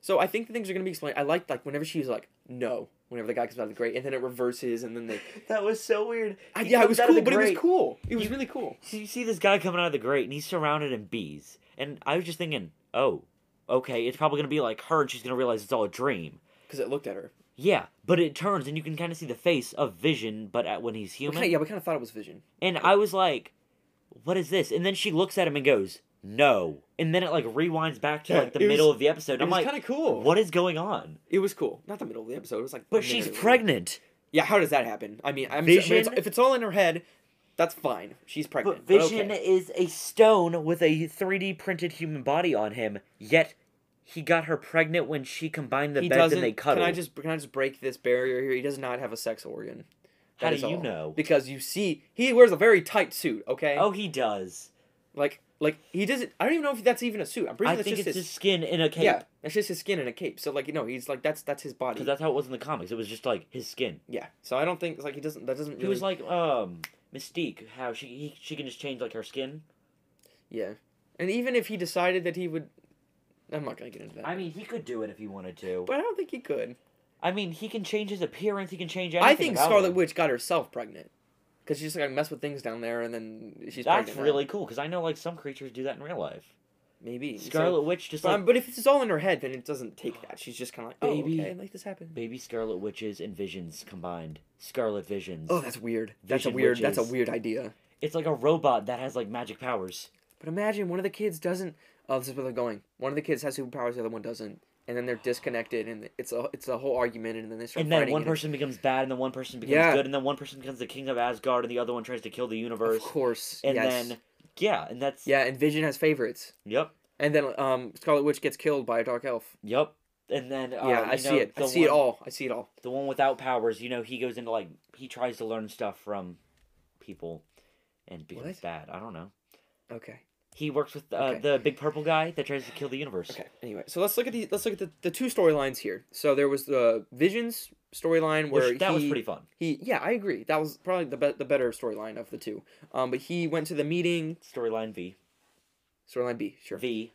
[SPEAKER 6] so I think the things are gonna be explained. I liked like whenever she was like no, whenever the guy comes out of the grate, and then it reverses, and then they.
[SPEAKER 5] That was so weird.
[SPEAKER 6] I,
[SPEAKER 5] He
[SPEAKER 6] yeah, it
[SPEAKER 5] comes
[SPEAKER 6] was
[SPEAKER 5] out of
[SPEAKER 6] cool,
[SPEAKER 5] the
[SPEAKER 6] but it
[SPEAKER 5] grate.
[SPEAKER 6] was cool. It was
[SPEAKER 5] You-
[SPEAKER 6] really cool.
[SPEAKER 5] So you see this guy coming out of the grate, and he's surrounded in bees. And I was just thinking, oh, okay, it's probably gonna be like her, and she's gonna realize it's all a dream.
[SPEAKER 6] Because it looked at her.
[SPEAKER 5] Yeah, but it turns, and you can kind of see the face of Vision, but at, when he's
[SPEAKER 6] We
[SPEAKER 5] human.
[SPEAKER 6] kinda, yeah, we kind of thought it was Vision.
[SPEAKER 5] And I was like, what is this? And then she looks at him and goes, no. And then it like rewinds back to
[SPEAKER 6] Yeah,
[SPEAKER 5] like the
[SPEAKER 6] it was-
[SPEAKER 5] middle of the episode.
[SPEAKER 6] It
[SPEAKER 5] I'm
[SPEAKER 6] was
[SPEAKER 5] like,
[SPEAKER 6] kind of cool.
[SPEAKER 5] what is going on?
[SPEAKER 6] It was cool. Not the middle of the episode. It was like.
[SPEAKER 5] But
[SPEAKER 6] a
[SPEAKER 5] she's
[SPEAKER 6] minute or-
[SPEAKER 5] pregnant.
[SPEAKER 6] Yeah, how does that happen? I mean, I'm s- I mean, it's-
[SPEAKER 5] Vision-
[SPEAKER 6] if it's all in her head, that's fine. She's pregnant. <laughs>
[SPEAKER 5] But Vision
[SPEAKER 6] okay.
[SPEAKER 5] is a stone with a 3D printed human body on him, yet he got her pregnant when she combined the
[SPEAKER 6] He
[SPEAKER 5] beds
[SPEAKER 6] doesn't.
[SPEAKER 5] and they cuddled.
[SPEAKER 6] Can I just can I just break this barrier here? He does not have a sex organ.
[SPEAKER 5] How
[SPEAKER 6] That
[SPEAKER 5] do
[SPEAKER 6] is
[SPEAKER 5] you
[SPEAKER 6] all.
[SPEAKER 5] know?
[SPEAKER 6] Because you see, he wears a very tight suit. Okay.
[SPEAKER 5] Oh, he does.
[SPEAKER 6] Like like he doesn't. I don't even know if that's even a suit. I'm pretty
[SPEAKER 5] I
[SPEAKER 6] sure that's
[SPEAKER 5] think
[SPEAKER 6] just
[SPEAKER 5] it's
[SPEAKER 6] his.
[SPEAKER 5] his skin in a cape.
[SPEAKER 6] Yeah, that's just his skin and a cape. So like you know, he's like that's that's his body.
[SPEAKER 5] Because that's how it was in the comics. It was just like his skin.
[SPEAKER 6] Yeah. So I don't think like he doesn't. That doesn't. Really,
[SPEAKER 5] He was like um Mystique, how she he, she can just change like her skin.
[SPEAKER 6] Yeah. And even if he decided that he would, I'm not gonna get into that.
[SPEAKER 5] I mean, he could do it if he wanted to.
[SPEAKER 6] but I don't think he could.
[SPEAKER 5] I mean, he can change his appearance. He can change. Anything
[SPEAKER 6] I think
[SPEAKER 5] about
[SPEAKER 6] Scarlet
[SPEAKER 5] him.
[SPEAKER 6] Witch got herself pregnant. Because she's like, I mess with things down there, and then she's
[SPEAKER 5] That's
[SPEAKER 6] pregnant. now.
[SPEAKER 5] really cool because I know like some creatures do that in real life.
[SPEAKER 6] maybe So-
[SPEAKER 5] Scarlet Witch just
[SPEAKER 6] but,
[SPEAKER 5] like
[SPEAKER 6] um, but if it's all in her head, then it doesn't take that. She's just kind of like, oh,
[SPEAKER 5] Baby.
[SPEAKER 6] okay, like this happened.
[SPEAKER 5] baby Scarlet Witches and Visions combined. Scarlet Visions.
[SPEAKER 6] Oh, that's weird. That's a
[SPEAKER 5] Vision
[SPEAKER 6] weird. That's a
[SPEAKER 5] witches.
[SPEAKER 6] weird idea.
[SPEAKER 5] It's like a robot that has like magic powers.
[SPEAKER 6] But imagine one of the kids doesn't. Oh, this is where they're going. One of the kids has superpowers, the other one doesn't. and then they're disconnected, and it's a it's a whole argument, and then they start
[SPEAKER 5] And then
[SPEAKER 6] fighting,
[SPEAKER 5] one
[SPEAKER 6] and it's-
[SPEAKER 5] person becomes bad, and then one person becomes
[SPEAKER 6] Yeah.
[SPEAKER 5] good, and then one person becomes the king of Asgard, and the other one tries to kill the universe.
[SPEAKER 6] of course,
[SPEAKER 5] And
[SPEAKER 6] yes.
[SPEAKER 5] then, yeah, and that's
[SPEAKER 6] yeah, and Vision has favorites,
[SPEAKER 5] yep,
[SPEAKER 6] and then um Scarlet Witch gets killed by a dark elf.
[SPEAKER 5] yep. And then uh,
[SPEAKER 6] yeah,
[SPEAKER 5] you
[SPEAKER 6] I see
[SPEAKER 5] know,
[SPEAKER 6] it. I
[SPEAKER 5] the
[SPEAKER 6] see it
[SPEAKER 5] one-
[SPEAKER 6] all. I see it all.
[SPEAKER 5] the one without powers, you know, he goes into like he tries to learn stuff from people and becomes
[SPEAKER 6] What?
[SPEAKER 5] bad. I don't know.
[SPEAKER 6] Okay.
[SPEAKER 5] He works with uh,
[SPEAKER 6] Okay.
[SPEAKER 5] the big purple guy that tries to kill the universe.
[SPEAKER 6] Okay. Anyway, so let's look at the let's look at the, the two storylines here. So there was the Vision's storyline where
[SPEAKER 5] Which, that was
[SPEAKER 6] he-
[SPEAKER 5] pretty fun.
[SPEAKER 6] He yeah, I agree. That was probably the be- the better storyline of the two. Um, but he went to the meeting.
[SPEAKER 5] Storyline V.
[SPEAKER 6] Storyline B, sure.
[SPEAKER 5] V.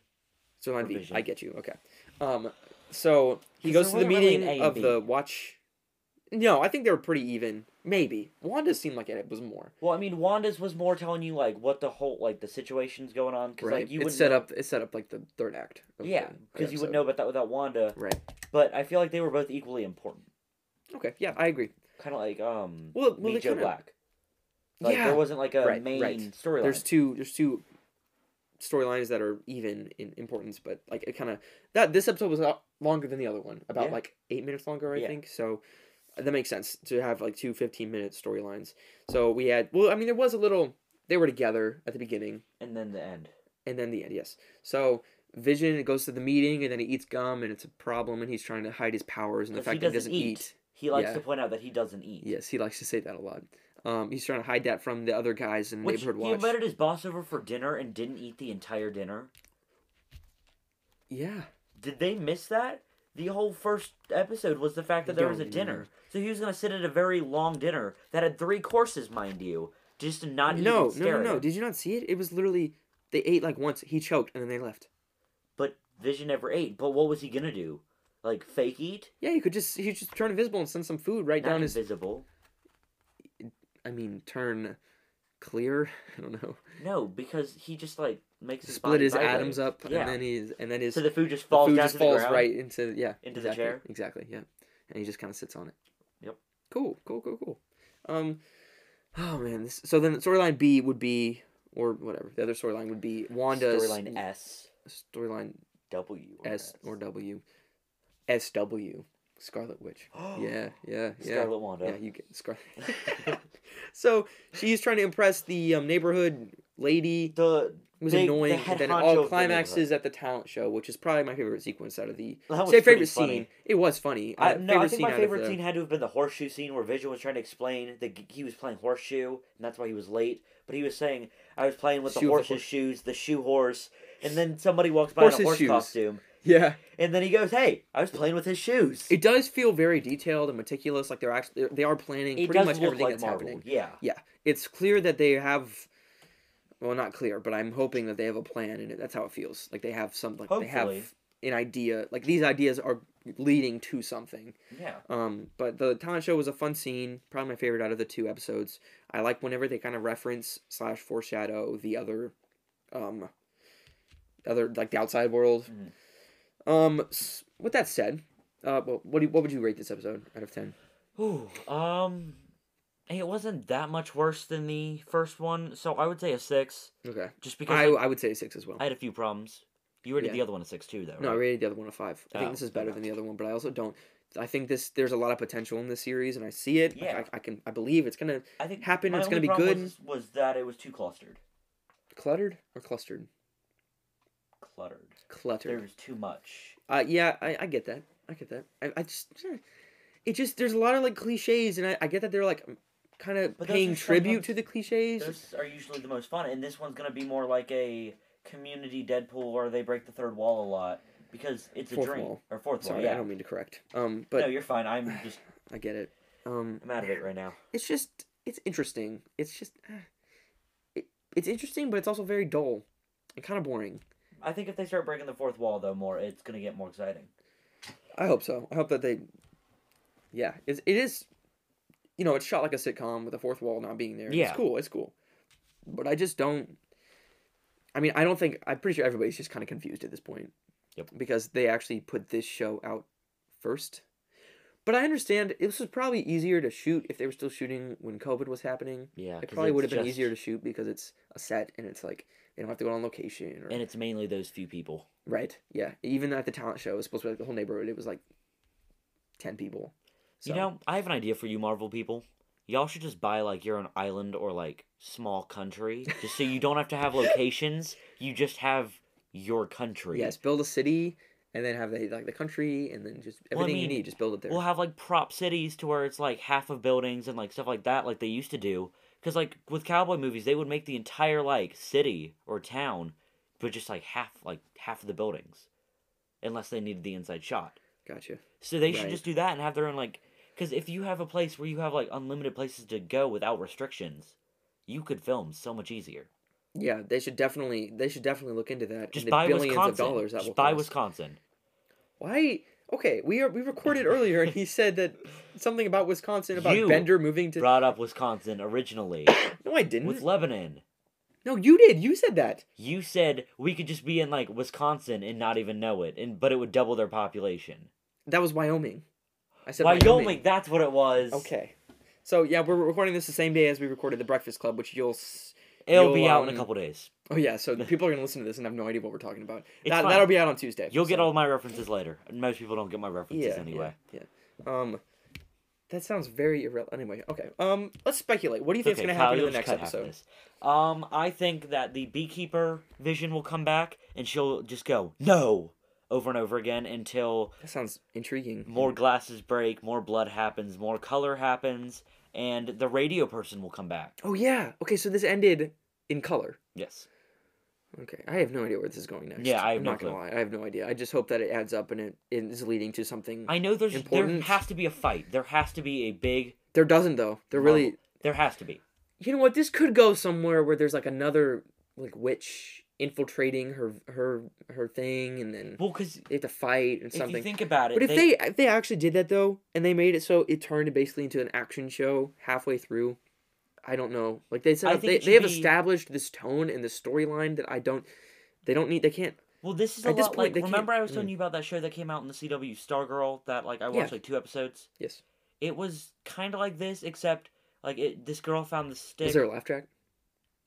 [SPEAKER 6] Storyline B.
[SPEAKER 5] Vision.
[SPEAKER 6] I get you. Okay. Um, so he
[SPEAKER 5] 'Cause
[SPEAKER 6] goes to
[SPEAKER 5] there
[SPEAKER 6] the
[SPEAKER 5] wasn't really
[SPEAKER 6] meeting
[SPEAKER 5] an A and
[SPEAKER 6] of
[SPEAKER 5] B.
[SPEAKER 6] the Watch. No, I think they were pretty even. Maybe Wanda seemed like it was more.
[SPEAKER 5] Well, I mean, Wanda's was more telling you like what the whole like the situation's going on because like you
[SPEAKER 6] it
[SPEAKER 5] would
[SPEAKER 6] set up it set up like the third act. of
[SPEAKER 5] yeah
[SPEAKER 6] the- the
[SPEAKER 5] because you would
[SPEAKER 6] episode.
[SPEAKER 5] know about that without Wanda.
[SPEAKER 6] Right.
[SPEAKER 5] But I feel like they were both equally important.
[SPEAKER 6] Okay. Yeah, I agree.
[SPEAKER 5] Kind of like um
[SPEAKER 6] Well, well, they
[SPEAKER 5] Meet Joe
[SPEAKER 6] kinda-
[SPEAKER 5] Black. Like
[SPEAKER 6] yeah.
[SPEAKER 5] there wasn't like a
[SPEAKER 6] Right,
[SPEAKER 5] main
[SPEAKER 6] right.
[SPEAKER 5] storyline.
[SPEAKER 6] there's two there's two storylines that are even in importance but like it kind of that this episode was a lot longer than the other one about
[SPEAKER 5] Yeah.
[SPEAKER 6] like eight minutes longer i
[SPEAKER 5] Yeah.
[SPEAKER 6] think so that makes sense to have like two 15 minute storylines so we had well i mean there was a little they were together at the beginning
[SPEAKER 5] and then the end.
[SPEAKER 6] and then the end yes so vision goes to the meeting and then he eats gum and it's a problem and he's trying to hide his powers and the
[SPEAKER 5] Because
[SPEAKER 6] fact
[SPEAKER 5] he
[SPEAKER 6] that
[SPEAKER 5] doesn't
[SPEAKER 6] he doesn't
[SPEAKER 5] eat.
[SPEAKER 6] eat
[SPEAKER 5] He likes
[SPEAKER 6] Yeah.
[SPEAKER 5] to point out that he doesn't eat.
[SPEAKER 6] yes he likes to say that a lot um, he's trying to hide that from the other guys in the
[SPEAKER 5] Which,
[SPEAKER 6] neighborhood
[SPEAKER 5] he
[SPEAKER 6] watch
[SPEAKER 5] invited his boss over for dinner and didn't eat the entire dinner.
[SPEAKER 6] yeah
[SPEAKER 5] Did they miss that? The whole first episode was the fact that there was a
[SPEAKER 6] don't
[SPEAKER 5] dinner. So he was going to sit at a very long dinner that had three courses, mind you, just to not eat and
[SPEAKER 6] No, no,
[SPEAKER 5] stare
[SPEAKER 6] no,
[SPEAKER 5] at
[SPEAKER 6] no.
[SPEAKER 5] him.
[SPEAKER 6] Did you not see it? It was literally they ate like once. He choked and then they left.
[SPEAKER 5] But Vision never ate. But what was he going to do? Like, fake eat?
[SPEAKER 6] Yeah, he could just he just turn invisible and send some food right
[SPEAKER 5] Not
[SPEAKER 6] down his.
[SPEAKER 5] invisible.
[SPEAKER 6] I mean, turn clear. <laughs> I don't know.
[SPEAKER 5] No, because he just, like, makes his
[SPEAKER 6] Split
[SPEAKER 5] body
[SPEAKER 6] his
[SPEAKER 5] vibrate.
[SPEAKER 6] atoms up
[SPEAKER 5] Yeah.
[SPEAKER 6] and then he's and then his
[SPEAKER 5] so the food just falls
[SPEAKER 6] food
[SPEAKER 5] down
[SPEAKER 6] just
[SPEAKER 5] to the
[SPEAKER 6] falls
[SPEAKER 5] ground.
[SPEAKER 6] right into yeah
[SPEAKER 5] Into the
[SPEAKER 6] exactly,
[SPEAKER 5] chair.
[SPEAKER 6] exactly yeah, and he just kind of sits on it.
[SPEAKER 5] Yep.
[SPEAKER 6] Cool, cool, cool, cool. Um, oh man. This, so then storyline B would be or whatever the other storyline would be Wanda's
[SPEAKER 5] Storyline S.
[SPEAKER 6] Storyline
[SPEAKER 5] W. or
[SPEAKER 6] S or W, S W,
[SPEAKER 5] <gasps>
[SPEAKER 6] Scarlet Witch. yeah, yeah, yeah.
[SPEAKER 5] Scarlet Wanda.
[SPEAKER 6] Yeah, you get
[SPEAKER 5] <laughs>
[SPEAKER 6] Scarlet. <laughs> so she's trying to impress the um, neighborhood lady.
[SPEAKER 5] The
[SPEAKER 6] It was
[SPEAKER 5] big- the
[SPEAKER 6] annoying,
[SPEAKER 5] head
[SPEAKER 6] and then it
[SPEAKER 5] honcho of the
[SPEAKER 6] all
[SPEAKER 5] neighborhood.
[SPEAKER 6] climaxes at the talent show, which is probably my favorite sequence out of the.
[SPEAKER 5] That was
[SPEAKER 6] Say
[SPEAKER 5] pretty
[SPEAKER 6] favorite
[SPEAKER 5] funny.
[SPEAKER 6] scene. It was funny.
[SPEAKER 5] I,
[SPEAKER 6] Uh,
[SPEAKER 5] no, I think
[SPEAKER 6] out
[SPEAKER 5] my
[SPEAKER 6] of
[SPEAKER 5] favorite
[SPEAKER 6] the-
[SPEAKER 5] scene had to have been the horseshoe scene where Vision was trying to explain that g- he was playing horseshoe and that's why he was late. But he was saying, "I was playing with the
[SPEAKER 6] Shoe with the
[SPEAKER 5] horse's
[SPEAKER 6] horse-
[SPEAKER 5] shoes, the shoe horse." And then somebody walks by in a
[SPEAKER 6] Horse's
[SPEAKER 5] horse
[SPEAKER 6] shoes.
[SPEAKER 5] costume,
[SPEAKER 6] Yeah,
[SPEAKER 5] and then he goes, "Hey, I was playing with his shoes."
[SPEAKER 6] it does feel very detailed and meticulous. Like they're actually they are planning
[SPEAKER 5] It
[SPEAKER 6] pretty
[SPEAKER 5] does
[SPEAKER 6] much
[SPEAKER 5] look
[SPEAKER 6] everything
[SPEAKER 5] like
[SPEAKER 6] that's
[SPEAKER 5] Marvel.
[SPEAKER 6] happening.
[SPEAKER 5] Yeah,
[SPEAKER 6] Yeah, it's clear that they have. Well, not clear, but I'm hoping that they have a plan, and that's how it feels. Like they have some, like they
[SPEAKER 5] Hopefully.
[SPEAKER 6] have an idea. Like these ideas are leading to something.
[SPEAKER 5] yeah.
[SPEAKER 6] Um, but the talent show was a fun scene, probably my favorite out of the two episodes. I like whenever they kind of reference slash foreshadow the other, um, other like the outside world.
[SPEAKER 5] Mm-hmm.
[SPEAKER 6] Um, s- with that said, uh, well, what do you, what would you rate this episode out of ten?
[SPEAKER 5] Ooh, um, it wasn't that much worse than the first one, so I would say a six,
[SPEAKER 6] Okay,
[SPEAKER 5] just because
[SPEAKER 6] I
[SPEAKER 5] like,
[SPEAKER 6] I would say a six as well.
[SPEAKER 5] I had a few problems. You rated
[SPEAKER 6] Yeah.
[SPEAKER 5] the other one a six too, though.
[SPEAKER 6] No, I
[SPEAKER 5] right?
[SPEAKER 6] rated the other one a five. I
[SPEAKER 5] Oh,
[SPEAKER 6] think this is better
[SPEAKER 5] okay.
[SPEAKER 6] than the other one, but I also don't. I think this there's a lot of potential in this series, and I see it. Like,
[SPEAKER 5] Yeah.
[SPEAKER 6] I, I can. I believe it's gonna
[SPEAKER 5] I think
[SPEAKER 6] happen,
[SPEAKER 5] my
[SPEAKER 6] it's gonna
[SPEAKER 5] only
[SPEAKER 6] be
[SPEAKER 5] problem
[SPEAKER 6] good.
[SPEAKER 5] Was, was that it was too clustered?
[SPEAKER 6] cluttered or clustered.
[SPEAKER 5] Cluttered. There
[SPEAKER 6] Cluttered.
[SPEAKER 5] was too much.
[SPEAKER 6] Uh, yeah, I, I get that. I get that. I, I just eh. it just there's a lot of like cliches, and I, I get that they're like kind of
[SPEAKER 5] But those are
[SPEAKER 6] paying tribute
[SPEAKER 5] sometimes-
[SPEAKER 6] to the cliches.
[SPEAKER 5] Those are usually the most fun, and this one's gonna be more like a community Deadpool where they break the third wall a lot because it's a
[SPEAKER 6] Fourth
[SPEAKER 5] dream
[SPEAKER 6] wall.
[SPEAKER 5] or fourth
[SPEAKER 6] Sorry,
[SPEAKER 5] wall. Yeah,
[SPEAKER 6] I don't mean to correct. Um,
[SPEAKER 5] no,
[SPEAKER 6] but
[SPEAKER 5] you're fine. I'm just
[SPEAKER 6] I get it. Um,
[SPEAKER 5] I'm out of it right now.
[SPEAKER 6] it's just it's interesting. It's just <sighs> eh. it, it's interesting, but it's also very dull and kind of boring.
[SPEAKER 5] I think if they start breaking the fourth wall though more, it's gonna get more exciting.
[SPEAKER 6] I hope so. I hope that they. Yeah, it's, it is. You know, it's shot like a sitcom with the fourth wall not being there.
[SPEAKER 5] Yeah.
[SPEAKER 6] It's cool. It's cool. But I just don't. I mean, I don't think. I'm pretty sure everybody's just kind of confused at this point.
[SPEAKER 5] Yep.
[SPEAKER 6] Because they actually put this show out first. But I understand this was probably easier to shoot if they were still shooting when COVID was happening.
[SPEAKER 5] Yeah,
[SPEAKER 6] It
[SPEAKER 5] 'cause
[SPEAKER 6] probably
[SPEAKER 5] it's
[SPEAKER 6] would have been
[SPEAKER 5] just-
[SPEAKER 6] easier to shoot because it's a set and it's like they don't have to go on location. Or,
[SPEAKER 5] and it's mainly those few people.
[SPEAKER 6] right. Yeah. Even at the talent show, it was supposed to be like the whole neighborhood. It was like 10 people. So,
[SPEAKER 5] You know, I have an idea for you, Marvel people. Y'all should just buy like your own island or like small country, just so you don't have to
[SPEAKER 6] <laughs>
[SPEAKER 5] have locations. You just have your country.
[SPEAKER 6] yes, build a city and then have the, like the country and then just
[SPEAKER 5] Well, I
[SPEAKER 6] everything you
[SPEAKER 5] mean,
[SPEAKER 6] need, just build it there.
[SPEAKER 5] We'll have like prop cities to where it's like half of buildings and like stuff like that, like they used to do. Because like with cowboy movies, they would make the entire like city or town, but just like half like half of the buildings, unless they needed the inside shot.
[SPEAKER 6] gotcha.
[SPEAKER 5] So they should
[SPEAKER 6] Right.
[SPEAKER 5] just do that and have their own like. Because if you have a place where you have like unlimited places to go without restrictions, you could film so much easier.
[SPEAKER 6] Yeah, they should definitely they should definitely look into that.
[SPEAKER 5] Just
[SPEAKER 6] and the
[SPEAKER 5] buy
[SPEAKER 6] billions
[SPEAKER 5] Wisconsin.
[SPEAKER 6] of dollars that will
[SPEAKER 5] just buy
[SPEAKER 6] cost.
[SPEAKER 5] Wisconsin.
[SPEAKER 6] Why? Okay, we are we recorded earlier, and he said that something about Wisconsin about
[SPEAKER 5] You
[SPEAKER 6] Bender moving to.
[SPEAKER 5] Brought up Wisconsin
[SPEAKER 6] <coughs>
[SPEAKER 5] originally
[SPEAKER 6] no, I didn't.
[SPEAKER 5] with Lebanon.
[SPEAKER 6] no, you did. You said that.
[SPEAKER 5] You said we could just be in like Wisconsin and not even know it, and but it would double their population.
[SPEAKER 6] That was Wyoming. I said
[SPEAKER 5] Wyoming, that's what it was.
[SPEAKER 6] Okay, so yeah, we're recording this the same day as we recorded the Breakfast Club, which you'll. s-
[SPEAKER 5] It'll
[SPEAKER 6] you'll,
[SPEAKER 5] be out in
[SPEAKER 6] um,
[SPEAKER 5] a couple days.
[SPEAKER 6] Oh
[SPEAKER 5] <laughs>
[SPEAKER 6] yeah, so the people are gonna listen to this and have no idea what we're talking about.
[SPEAKER 5] It's
[SPEAKER 6] That,
[SPEAKER 5] fine.
[SPEAKER 6] that'll be out on Tuesday.
[SPEAKER 5] You'll get
[SPEAKER 6] so-
[SPEAKER 5] all my references later. and Most people don't get my references
[SPEAKER 6] yeah,
[SPEAKER 5] anyway.
[SPEAKER 6] Yeah, yeah. Um, that sounds very irrelevant. Anyway, okay. Um, let's speculate. What do you think's
[SPEAKER 5] It's okay,
[SPEAKER 6] gonna
[SPEAKER 5] Kyle,
[SPEAKER 6] happen
[SPEAKER 5] you'll
[SPEAKER 6] in the
[SPEAKER 5] just
[SPEAKER 6] next
[SPEAKER 5] cut half of
[SPEAKER 6] episode?
[SPEAKER 5] this. Um, I think that the beekeeper vision will come back, and she'll just go no over and over again until
[SPEAKER 6] That sounds intriguing.
[SPEAKER 5] more glasses break, more blood happens, more color happens, and the radio person will come back.
[SPEAKER 6] Oh yeah. Okay, so this ended in color.
[SPEAKER 5] Yes.
[SPEAKER 6] Okay, I have no idea where this is going next.
[SPEAKER 5] Yeah, I have
[SPEAKER 6] am
[SPEAKER 5] no
[SPEAKER 6] not gonna
[SPEAKER 5] clue.
[SPEAKER 6] lie. I have no idea. I just hope that it adds up and it, it is leading to something.
[SPEAKER 5] I know there's there
[SPEAKER 6] Important.
[SPEAKER 5] has to be a fight. There has to be a big
[SPEAKER 6] there doesn't though. There really.
[SPEAKER 5] Marvel. There has to be.
[SPEAKER 6] You know what? This could go somewhere where there's like another like witch infiltrating her her her thing, and then
[SPEAKER 5] Well, because
[SPEAKER 6] they have to fight and
[SPEAKER 5] if you
[SPEAKER 6] something.
[SPEAKER 5] think about it,
[SPEAKER 6] but if they, if they actually did that though, and they made it so it turned basically into an action show halfway through, I don't know. Like they
[SPEAKER 5] I
[SPEAKER 6] said,
[SPEAKER 5] think
[SPEAKER 6] they,
[SPEAKER 5] it should
[SPEAKER 6] they have
[SPEAKER 5] be-
[SPEAKER 6] established this tone and this storyline that I don't. They don't need. They can't.
[SPEAKER 5] well, this is a
[SPEAKER 6] at this
[SPEAKER 5] lot.
[SPEAKER 6] point, they
[SPEAKER 5] like,
[SPEAKER 6] can't- Mm.
[SPEAKER 5] remember I was telling you about that show that came out in the CW Stargirl that like I watched
[SPEAKER 6] Yeah.
[SPEAKER 5] like two episodes.
[SPEAKER 6] Yes.
[SPEAKER 5] It was kind of like this, except like it. This girl found the stick.
[SPEAKER 6] Is there a laugh track?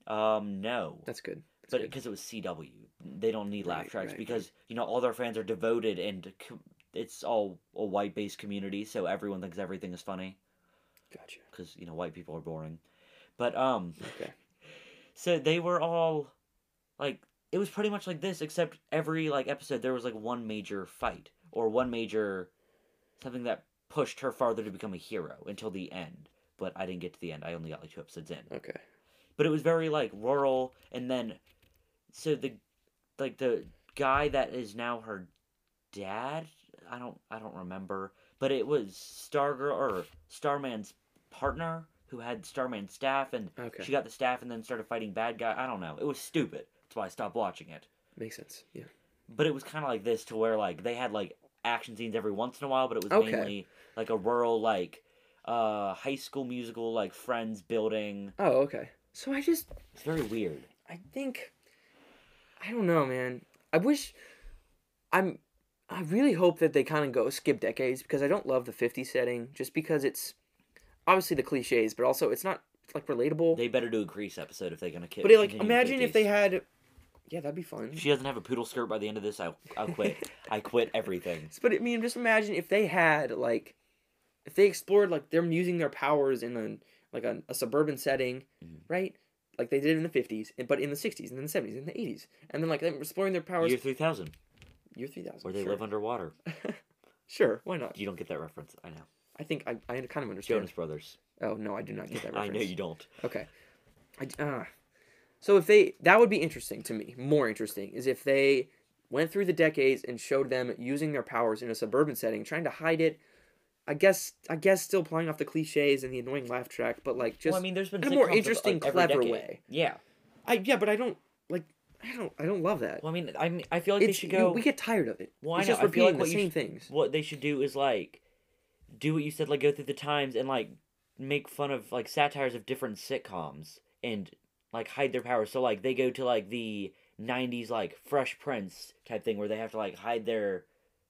[SPEAKER 5] um, no,
[SPEAKER 6] That's good. That's
[SPEAKER 5] but
[SPEAKER 6] good.
[SPEAKER 5] because it was CW, they don't need laugh
[SPEAKER 6] Right,
[SPEAKER 5] tracks
[SPEAKER 6] right,
[SPEAKER 5] because you know all their fans are devoted and co- it's all a white based community, so everyone thinks everything is funny
[SPEAKER 6] Gotcha.
[SPEAKER 5] because you know white people are boring. But um.
[SPEAKER 6] Okay.
[SPEAKER 5] So they were all like it was pretty much like this, except every like episode there was like one major fight or one major something that pushed her farther to become a hero until the end. But I didn't get to the end. I only got like two episodes in.
[SPEAKER 6] Okay.
[SPEAKER 5] But it was very like rural and then so the like the guy that is now her dad I don't I don't remember. But it was Stargirl or Starman's partner who had Starman's staff and
[SPEAKER 6] Okay.
[SPEAKER 5] she got the staff and then started fighting bad guy. I don't know. It was stupid. That's why I stopped watching it.
[SPEAKER 6] Makes sense. Yeah.
[SPEAKER 5] But it was kind of like this to where like they had like action scenes every once in a while, but it was
[SPEAKER 6] Okay.
[SPEAKER 5] mainly like a rural like uh high school musical like friends building.
[SPEAKER 6] Oh, okay. So I just
[SPEAKER 5] It's very weird.
[SPEAKER 6] I think I don't know, man. I wish I'm I really hope that they kind of go skip decades because I don't love the 50 setting just because it's obviously the clichés, but also it's not it's like relatable.
[SPEAKER 5] They better do a Grease episode if they're gonna kill.
[SPEAKER 6] but it, like imagine if they had yeah, that'd be fun.
[SPEAKER 5] If she doesn't have a poodle skirt by the end of this, I I'll quit. I quit
[SPEAKER 6] <laughs>
[SPEAKER 5] everything.
[SPEAKER 6] But I mean, just imagine if they had like, if they explored like them using their powers in a like a, a suburban setting,
[SPEAKER 5] Mm-hmm.
[SPEAKER 6] right? Like they did in the fifties, and but in the sixties and then the seventies and the eighties, and then like them exploring their powers.
[SPEAKER 5] Year
[SPEAKER 6] Year,
[SPEAKER 5] three thousand,
[SPEAKER 6] three thousand.
[SPEAKER 5] where they
[SPEAKER 6] sure.
[SPEAKER 5] live underwater.
[SPEAKER 6] Sure, why not?
[SPEAKER 5] You don't get that reference. I know.
[SPEAKER 6] I think I, I kind of understand.
[SPEAKER 5] Jonas Brothers.
[SPEAKER 6] Oh no, I do not get that
[SPEAKER 5] <laughs> I
[SPEAKER 6] reference.
[SPEAKER 5] know you don't.
[SPEAKER 6] Okay. I d uh. So if they that would be interesting to me, more interesting is if they went through the decades and showed them using their powers in a suburban setting, trying to hide it. I guess I guess still playing off the cliches and the annoying laugh track, but like just
[SPEAKER 5] well, I mean, there's been
[SPEAKER 6] in a more
[SPEAKER 5] sitcoms of,
[SPEAKER 6] interesting,
[SPEAKER 5] like, every
[SPEAKER 6] clever
[SPEAKER 5] decade.
[SPEAKER 6] way.
[SPEAKER 5] Yeah.
[SPEAKER 6] I yeah, but I don't like I don't I don't love that.
[SPEAKER 5] Well, I mean, I mean, I feel like they
[SPEAKER 6] it's,
[SPEAKER 5] should
[SPEAKER 6] you-
[SPEAKER 5] go.
[SPEAKER 6] we get tired of it.
[SPEAKER 5] Well, I
[SPEAKER 6] it's
[SPEAKER 5] know,
[SPEAKER 6] just
[SPEAKER 5] I feel
[SPEAKER 6] repeating
[SPEAKER 5] like
[SPEAKER 6] the
[SPEAKER 5] what you
[SPEAKER 6] same
[SPEAKER 5] sh-
[SPEAKER 6] things.
[SPEAKER 5] what they should do is like do what you said, like go through the times and like make fun of like satires of different sitcoms and like hide their powers. So like they go to like the '90s like Fresh Prince type thing where they have to like hide their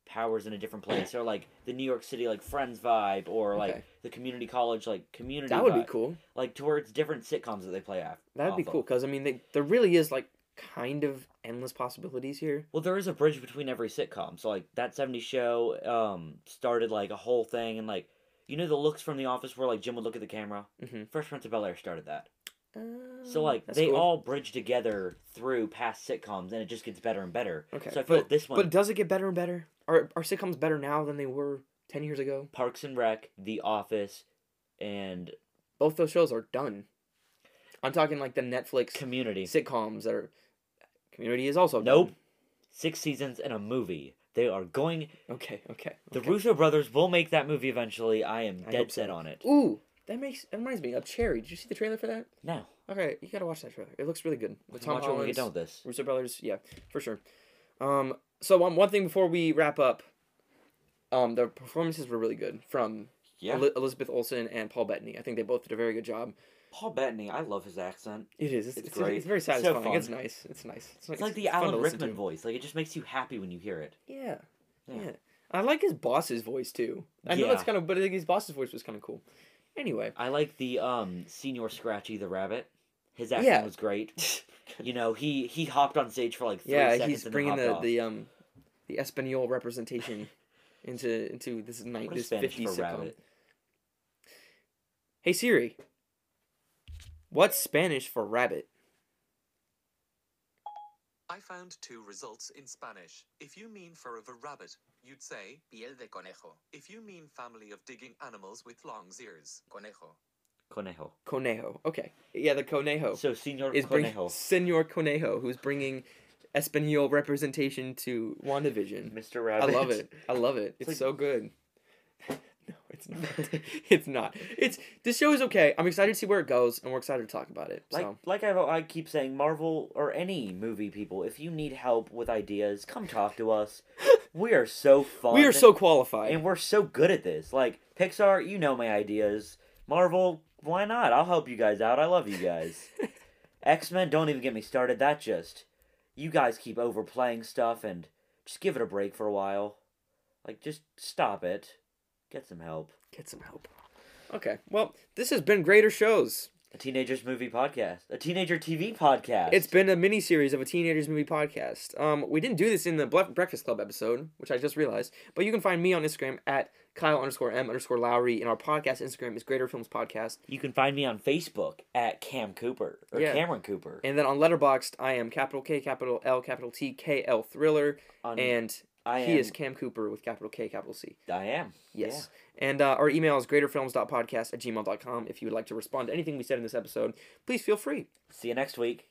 [SPEAKER 5] powers in a different place, or like the New York City like Friends vibe, or like
[SPEAKER 6] Okay.
[SPEAKER 5] the community college like community.
[SPEAKER 6] That would be
[SPEAKER 5] vibe.
[SPEAKER 6] cool.
[SPEAKER 5] Like towards different sitcoms that they play af- off.
[SPEAKER 6] That'd be
[SPEAKER 5] of.
[SPEAKER 6] cool because I mean, they, there really is like kind of endless possibilities here.
[SPEAKER 5] Well, there is a bridge between every sitcom. So like that 70 show um started like a whole thing and like you know the looks from the office where like Jim would look at the camera.
[SPEAKER 6] Mhm.
[SPEAKER 5] Fresh Prince of Bel Air started that. So
[SPEAKER 6] Um,
[SPEAKER 5] like
[SPEAKER 6] that's
[SPEAKER 5] they
[SPEAKER 6] cool.
[SPEAKER 5] all bridge together through past sitcoms and it just gets better and better.
[SPEAKER 6] Okay,
[SPEAKER 5] So I feel
[SPEAKER 6] but-
[SPEAKER 5] like this one
[SPEAKER 6] But does it get better and better? Are are sitcoms better now than they were ten years ago?
[SPEAKER 5] Parks and Rec, The Office, and
[SPEAKER 6] Both those shows are done. I'm talking like the Netflix
[SPEAKER 5] Community.
[SPEAKER 6] sitcoms that are. Community is also
[SPEAKER 5] Nope.
[SPEAKER 6] done.
[SPEAKER 5] Six seasons and a movie. They are going
[SPEAKER 6] Okay, okay.
[SPEAKER 5] the
[SPEAKER 6] okay.
[SPEAKER 5] Russo brothers will make that movie eventually. I am
[SPEAKER 6] I hope
[SPEAKER 5] dead
[SPEAKER 6] so.
[SPEAKER 5] set on it.
[SPEAKER 6] Ooh, that makes that reminds me of Cherry. Did you see the trailer for that?
[SPEAKER 5] No.
[SPEAKER 6] Okay, you gotta watch that trailer. It looks really good. With Tom
[SPEAKER 5] Watch it when we get
[SPEAKER 6] Holland's-
[SPEAKER 5] done with this.
[SPEAKER 6] Russo brothers, yeah, for sure. Um, so um, one thing before we wrap up, um, the performances were really good from
[SPEAKER 5] Yeah.
[SPEAKER 6] Eli- Elizabeth Olsen and Paul Bettany. I think they both did a very good job.
[SPEAKER 5] Paul Bettany, I love his accent.
[SPEAKER 6] It is. It's,
[SPEAKER 5] It's
[SPEAKER 6] it's,
[SPEAKER 5] great.
[SPEAKER 6] it's very
[SPEAKER 5] It's so
[SPEAKER 6] satisfying.
[SPEAKER 5] fun.
[SPEAKER 6] It's nice. It's nice. It's,
[SPEAKER 5] It's like the
[SPEAKER 6] it's fun to
[SPEAKER 5] Alan
[SPEAKER 6] listen
[SPEAKER 5] Rickman
[SPEAKER 6] to.
[SPEAKER 5] voice. Like it just makes you happy when you hear it.
[SPEAKER 6] Yeah.
[SPEAKER 5] Yeah.
[SPEAKER 6] yeah. I like his boss's voice too. I know that's
[SPEAKER 5] Yeah.
[SPEAKER 6] kind of, but I think his boss's voice was kind of cool. Anyway,
[SPEAKER 5] I like the um Senior Scratchy the Rabbit. His acting
[SPEAKER 6] Yeah.
[SPEAKER 5] was
[SPEAKER 6] <laughs>
[SPEAKER 5] great. you know, he he hopped on stage for like three
[SPEAKER 6] yeah,
[SPEAKER 5] seconds
[SPEAKER 6] he's
[SPEAKER 5] and
[SPEAKER 6] bringing
[SPEAKER 5] then
[SPEAKER 6] the,
[SPEAKER 5] hopped
[SPEAKER 6] the um, the Espanol representation into into this night
[SPEAKER 5] off. What is
[SPEAKER 6] this
[SPEAKER 5] Spanish
[SPEAKER 6] fifties
[SPEAKER 5] for
[SPEAKER 6] sitcom.
[SPEAKER 5] rabbit?
[SPEAKER 6] Hey Siri, what's Spanish for rabbit?
[SPEAKER 3] I found two results in Spanish. If you mean forever rabbit, you'd say
[SPEAKER 7] Piel de conejo,
[SPEAKER 3] if you mean family of digging animals with long ears.
[SPEAKER 7] conejo.
[SPEAKER 5] Conejo.
[SPEAKER 6] Conejo. Okay, yeah, the conejo
[SPEAKER 5] So Senior
[SPEAKER 6] is Oh. bringing
[SPEAKER 5] Conejo,
[SPEAKER 6] Senor Conejo, who's bringing Espanol representation to Wandavision.
[SPEAKER 5] Mr. Rabbit.
[SPEAKER 6] I love it. I love it. It's,
[SPEAKER 5] like-
[SPEAKER 6] so good. <laughs> no, it's not. <laughs> it's not. It's this show is okay. I'm excited to see where it goes, and we're excited to talk about it.
[SPEAKER 5] <laughs> Like
[SPEAKER 6] so
[SPEAKER 5] like I I keep saying, Marvel or any movie people, if you need help with ideas, come talk to
[SPEAKER 6] <laughs>
[SPEAKER 5] us. we are so fun.
[SPEAKER 6] we are so qualified.
[SPEAKER 5] and we're so good at this. Like Pixar, you know my ideas. Marvel, why not? I'll help you guys out. I love you
[SPEAKER 6] <laughs>
[SPEAKER 5] guys. X Men, don't even get me started. That just you guys keep overplaying stuff and just give it a break for a while. Like just stop it. Get some help.
[SPEAKER 6] Get some help. Okay. Well, this has been greater shows.
[SPEAKER 5] A teenagers movie podcast. A teenager TV podcast.
[SPEAKER 6] It's been a mini series of a teenagers movie podcast. Um, we didn't do this in the Ble- Breakfast Club episode, which I just realized. But you can find me on Instagram at Kyle underscore M underscore Lowry, and our podcast Instagram is Greater Films Podcast.
[SPEAKER 5] you can find me on Facebook at Cam Cooper or
[SPEAKER 6] Yeah.
[SPEAKER 5] Cameron Cooper.
[SPEAKER 6] And then on Letterboxd, I am capital K capital L capital T K L Thriller,
[SPEAKER 5] On-
[SPEAKER 6] and
[SPEAKER 5] I
[SPEAKER 6] he
[SPEAKER 5] am-
[SPEAKER 6] is Cam Cooper with capital K capital C.
[SPEAKER 5] I am.
[SPEAKER 6] Yes. And uh, our email is greaterfilms.podcast at gmail.com. If you would like to respond to anything we said in this episode, please feel free.
[SPEAKER 5] Yeah. See you next week.